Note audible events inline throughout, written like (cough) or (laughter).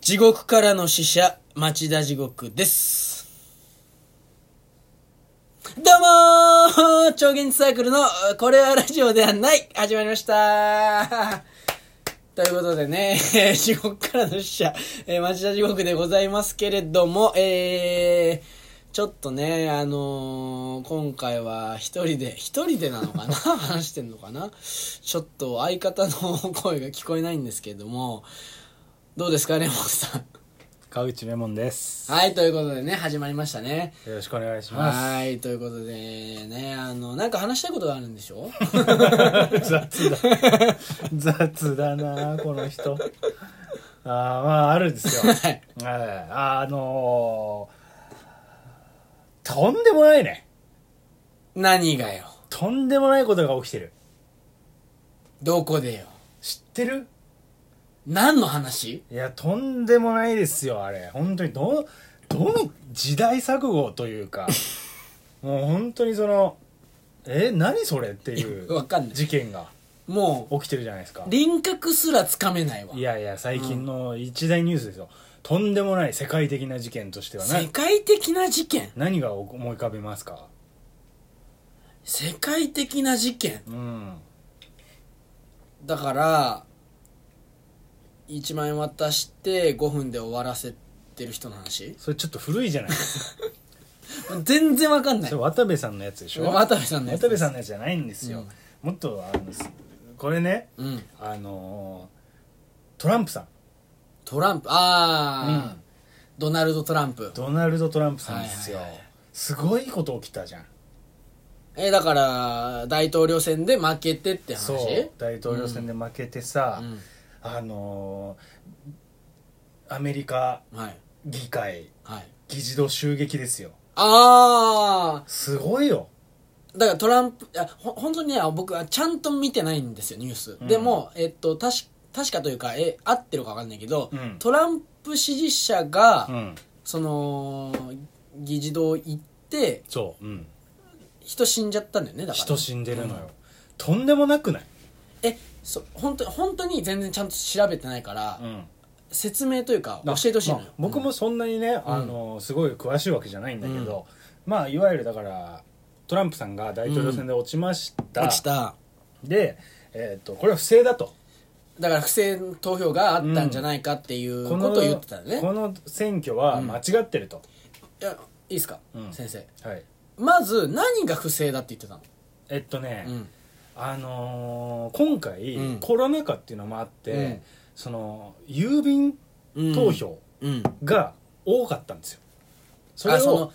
地獄からの使者、町田地獄です。どうもー超現実サークルの、これはラジオではない始まりましたということでね、 (laughs) えー地獄からの使者、えー町田地獄でございますけれども、えー、ちょっとね、あのー今回は一人で、一人でなのかな (laughs) 話してんのかなちょっと相方の声が聞こえないんですけれども、どうですか、レモンさん。川口レモンです。はい、ということでね、始まりましたね。よろしくお願いします。はい、ということでね、あの、なんか話したいことがあるんでし (laughs) ょ (laughs) 雑だ。雑だな、この人。あーまあ、あるんですよ。はい。はいあのーとんでもないね。何がよ。とんでもないことが起きてる。どこでよ。知ってる何の話いや、とんでもないですよ、あれ。本当に、どう、どの時代錯誤というか、もう本当にその、え、何それっていうわかんない。事件がも起きてるじゃないですかう、。輪郭すらつかめないわい。やいや最近の一大ニュースですよ、とんでもない世界的な事件としてはな世界的な事件何が思い浮かべますか世界的な事件うんだから、1万円渡して5分で終わらせてる人の話それちょっと古いじ (laughs) ゃないですか全然わかんないそれ。渡部さんのやつでしょ渡部さんのやつ渡部さんのやつじゃないんですよ、もっとあのすこれねうん。あのートランプさん、トランプ、うあー、んドナルド・トランプ。ドナルド・トランプさんですよ、はいはいはいすごいこと起きたじゃんえーだから大統領選で負けてって話そう大統領選で負けてさ、うんあのーアメリカはい議会はい議事堂襲撃ですよあすごいよあだからトランプいやほ本当にね僕はちゃんと見てないんですよニュース、うんでもえっと確か確かというか、え、合ってるか分かんないけど、うんトランプ支持者が、んその、議事堂行って、そう、うん、人死んじゃったんだよね、だから。人死んでるのよ、とんでもなくない、え、そ、本当に、本当に全然ちゃんと調べてないから、説明というか、教なえてほしいのよ。まあ僕もそんなにね、あのすごい詳しいわけじゃないんだけど、まあいわゆるだからトランプさんが大統領選で落ちました、落ちた。で、えー、とこれは不正だとだから不正投票があったんじゃないかっていうこことを言ってたよね、この選挙は間違ってると、いやいいですか、うん先生はいまず何が不正だって言ってたのえっとね、うんあのー今回、うんコロナ禍っていうのもあって、うんその郵便投票うんが多かったんですよ、そそれをその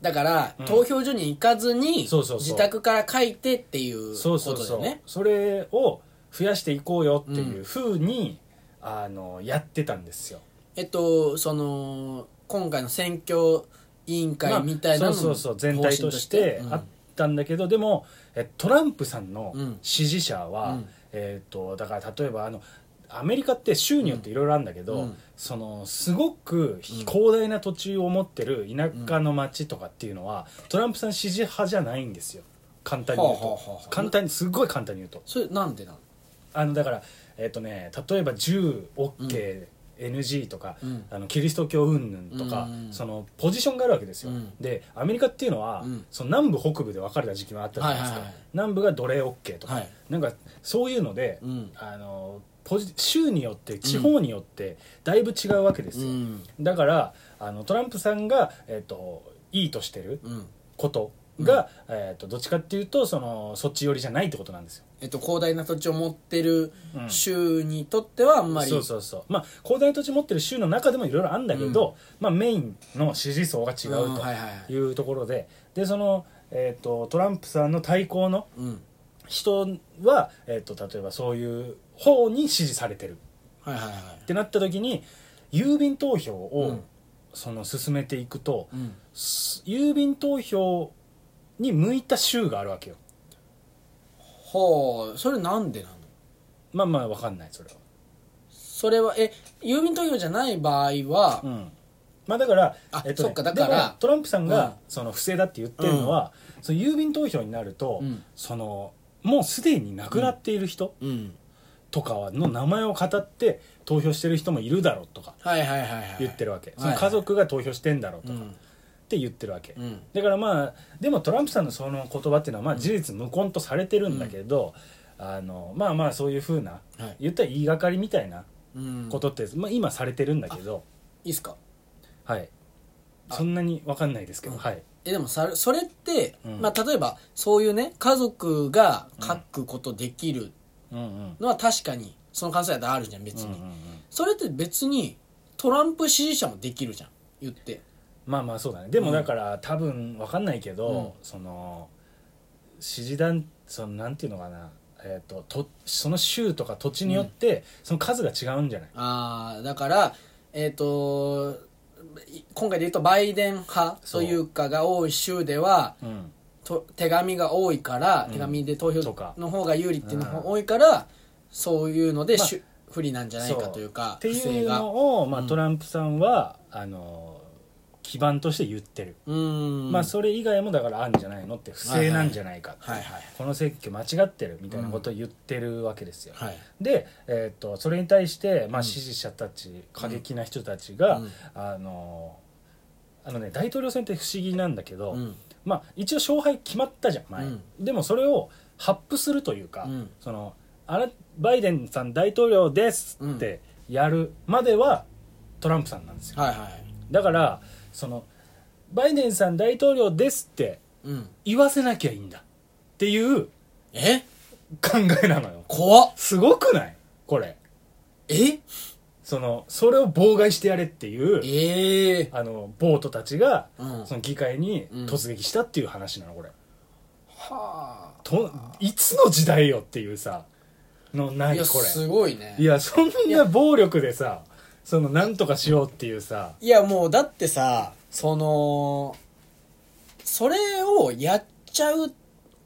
だから、うん投票所に行かずにそうそうそう自宅から書いてっていうそうこそうとだよそう、ねそれを増やしていこうよっていうふうに、あのやってたんですよえっとその今回の選挙委員会みたいなまのあもそうそうそう全方体針としてうんあったんだけど、でもえトランプさんのうん支持者は、うんえっとだから例えばあのアメリカって州によっていろいろあるんだけど、うんそのすごく広大な土地を持ってる田舎の町とかっていうのは、トランプさん支持派じゃないんですよ簡単に言うと、はあはあはあ簡単にすっごい簡単に言うとそれなんでなのあのだから、えっとね、例えば銃 OK、NG とか、うんあのキリスト教云々とか、うんそのポジションがあるわけですよ、うんでアメリカっていうのは、うんその南部北部で分かれた時期もあったじゃないですはいか、はいはい南部が奴隷 OK とか、はいなんかそういうので、うんあのポジ州によって地方によってだいぶ違うわけですよ、うんだからあのトランプさんが、えっといいとしてるうんことが、えっとどっちかっていうとそのそっち寄りじゃないってことなんですよえっと広大な土地を持ってるうん州にとってはあんまり、そうそうそうまあ広大な土地持ってる州の中でもいろいろあるんだけど、まあ、メインの支持層が違うんうはいはいはいというところで、でその、えー、とトランプさんの対抗のうん人は、えー、と例えばそういう方に支持されてるはいはいはいってなった時に郵便投票を、うんその進めていくと、うんす郵便投票に向いた州があるわけよはあそれなんでなのまあまあわかんないそれは、それはえ郵便投票じゃない場合は、うん、まあだからあ、ねそっかだからでもトランプさんうんがその不正だって言ってるのは、その郵便投票になると、うんそのもうすでに亡くなっている人うんとかはの名前を語って投票してる人もいるだろうとかはいはいはいはい言ってるわけ、はいはいその家族が投票してんだろうとうかんって言ってるわけ、うんだからまあでもトランプさんのその言葉っていうのはまあ事実無根とされてるんだけど、あのまあまあそういうふうな、はい言ったら言いがかりみたいなうんことって、まあ、今されてるんだけどいいっすかはいそんなに分かんないですけど、うんはいえでもさそれって、うんまあ、例えばそういうね家族が書くことできるうんうんのは確かにその感想やったらあるじゃん別うんうに、んうんそれって別にトランプ支持者もできるじゃん言ってまあまあそうだねでもだから、多分分かんないけど、その支持団そのなんていうのかなえー、ととその州とか土地によって、その数が違うんじゃないああだからえっ、とい今回で言うとバイデン派そとういうかが多い州ではうんと手紙が多いから、うん手紙で投票とかの方が有利っていうのうがん多いから、そういうので、まあしゅ不利なんじゃないかというかって不い正うがのを、まあ、うんトランプさんは、あの基盤として言ってる、うーんまあそれ以外もだからあるんじゃないのって不正なんじゃないかって、はいはいこの選挙間違ってるみたいなことを言ってるわけですよ、はいで、えー、とそれに対して、まうあ、ん支持者たち、過激な人たちが、うんあのあのね大統領選って不思議なんだけど、うんまあ、一応勝敗決まったじゃん前、うんでもそれを発布するというか、うんそのあらバイデンさん大統領ですってやるまではトランプさんなんですよはいはいだからそのバイデンさん大統領ですってうん言わせなきゃいいんだっていうえ考えなのよ怖っすごくないこれえそのそれを妨害してやれっていうええあのボートたちが、うんその議会にうん突撃したっていう話なのこれはといつの時代よっていうさのないいやこすごいねれいやそんな暴力でさそのなんとかしようっていうさいやもうだってさそのそれをやっちゃうっ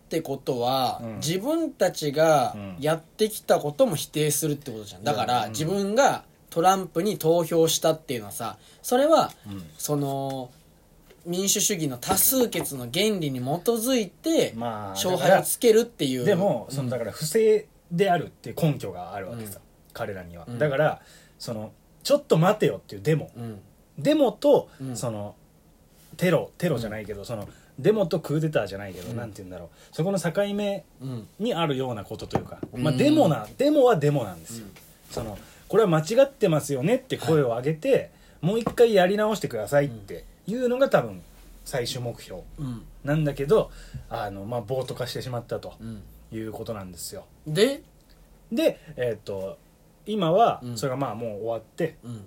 てことは、うん自分たちがうんやってきたことも否定するってことじゃんだから、うん自分がトランプに投票したっていうのはさそれは、うんその民主主義の多数決の原理に基づいて、まあ勝だか敗をらつけるっていうでもうんそのだから不正であるっていう根拠があるわけさ、う彼らには、うんだからそのちょっと待てよっていうデモうんデモと、うんそのテロテロじゃないけど、そのデモとクーデターじゃないけど、うんなんて言うんだろうそこの境目うんにあるようなことというか、まあ、うんデモなデモはデモなんですよ、そのこれは間違ってますよねって声を上げて、もう一回やり直してくださいっていうのが多分最終目標うんなんだけどあの、まあ、暴徒化してしまったとうんいうことなんですよで、で、えっと今はうんそれがまあもう終わって、うん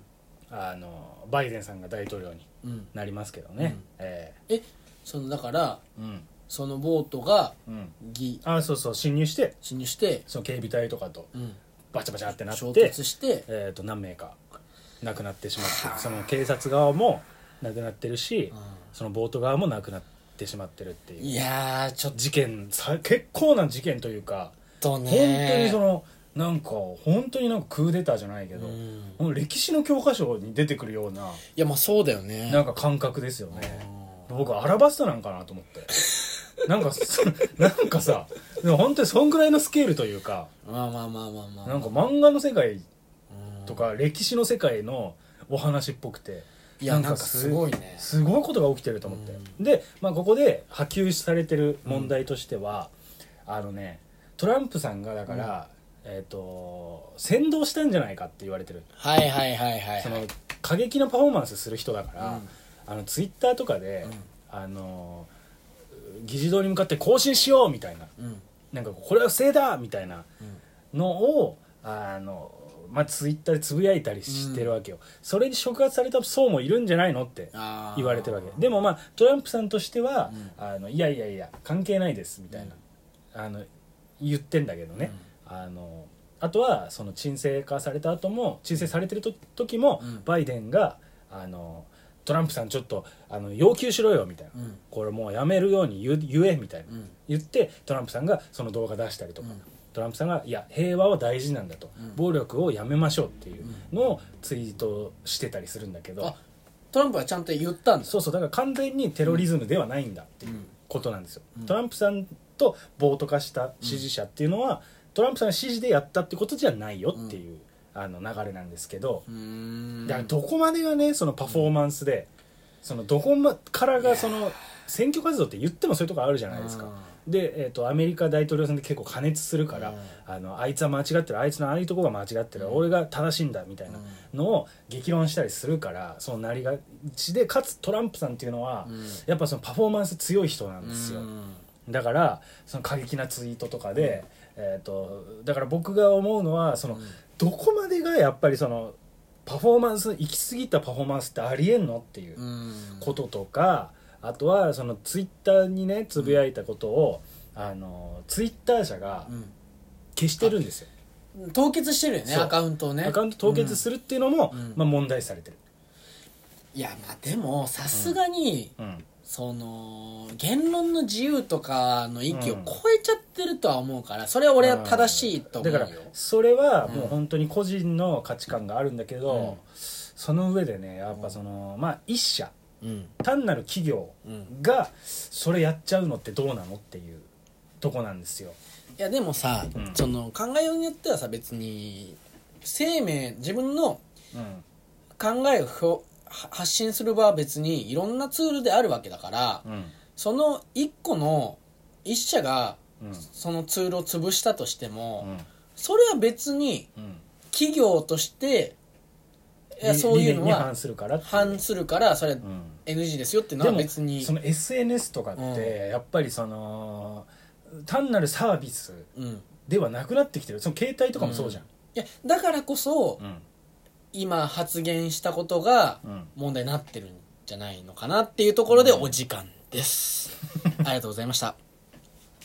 あのバイデンさんが大統領にうん、なりますけどね、うんええそのだからえうんそのボートがうんぎあそうそう侵入して侵入して、その警備隊とかとうん、バチャバチャってなって衝突してえー、と何名か亡くなってしまってるその警察側も亡くなってるし、うんそのボート側も亡くなってしまってるっていういやーちょっ事件さ結構な事件というか、と本当ねにそのなんか本当になんかクーデターじゃないけど、うんこの歴史の教科書に出てくるようないやまあそうだよねなんか感覚ですよね、僕アラバスタなんかなと思ってなんか (laughs) そなんかさでも本当にそんぐらいのスケールというかまあまあまあまあまあなんか漫画の世界うんとか歴史の世界のお話っぽくていやなんかすごいねす (laughs) ごいことが起きてると思って、で、まあ、ここで波及されてる問題としては、あのねトランプさんがだから、えっ、と扇動したんじゃないかって言われてる、はいはいはいはいそはいの過激なパフォーマンスする人だから、うんあのツイッターとかで、うんあの議事堂に向かって更新しようみたいなうんなんかこれは不正だみたいなうんのをあの、まあ、ツイッターでつぶやいたりしてるわけよ、それに触発された層もいるんじゃないのってあー言われてるわけでもまあトランプさんとしては、うあのいやいやいや関係ないですみたいな、あの言ってんだけどね、あのあとはその鎮静化された後も鎮静されてると時も、うんバイデンがあのトランプさんちょっとあの要求しろよみたいな、うんこれもうやめるように言う言えみたいな、うん言ってトランプさんがその動画出したりとか、うんトランプさんが「いや平和は大事なんだと」うん暴力をやめましょう」っていうのをツイートしてたりするんだけど、あトランプはちゃんと言ったんですそうそうだから完全にテロリズムではないんだっていうことなんですよ、うんトランプさんと暴徒化した支持者っていうのは、トランプさんの支持でやったってことじゃないよっていう、あの流れなんですけど、うんだからどこまでがねそのパフォーマンスで、そのどこまからがその選挙活動って言ってもそういうとこあるじゃないですか、で、えー、とアメリカ大統領選で結構過熱するから、うんあのあいつは間違ってるあいつのああいうとこが間違ってる、うん俺が正しいんだみたいなのを激論したりするからそうなりがちでかつトランプさんっていうのは、うんやっぱそのパフォーマンス強い人なんですよ、うんだからその過激なツイートとかで、えー、とだから僕が思うのはその、うんどこまでがやっぱりそのパフォーマンス行き過ぎたパフォーマンスってありえんのっていううんこととかあとはそのツイッターにねつぶやいたことを、あのツイッター社が消してるんですよ、うん凍結してるよねそうアカウントをねアカウント凍結するっていうのも、うんまあ、問題視されてる、いやまあでもさすがに、うんその言論の自由とかの域を超えちゃってるとは思うからそれは俺は正しいと思うだよからそれはもううん本当に個人の価値観があるんだけど、うんその上でねやっぱその、まあ一社うん単なる企業うんがそれやっちゃうのってどうなのっていうとこなんですよ。いやでもさ、うんその考えようによってはさ別に生命自分のうん考えをひょは発信する場は別にいろんなツールであるわけだから、うんその一個の一社がうんそのツールを潰したとしても、うんそれは別にうん企業としていや理そういう理の念に反はするからっていう反するからそれはうん NG ですよっていうのではも別にその SNS とかってやっぱりその単なるサービスうん、いではなくなってきてるその携帯とかもそうじゃん。やだからこそうん今発言したことがうん問 (laughs) 題になってるんじゃないのかなっていうところでお時間です、ありがとうございました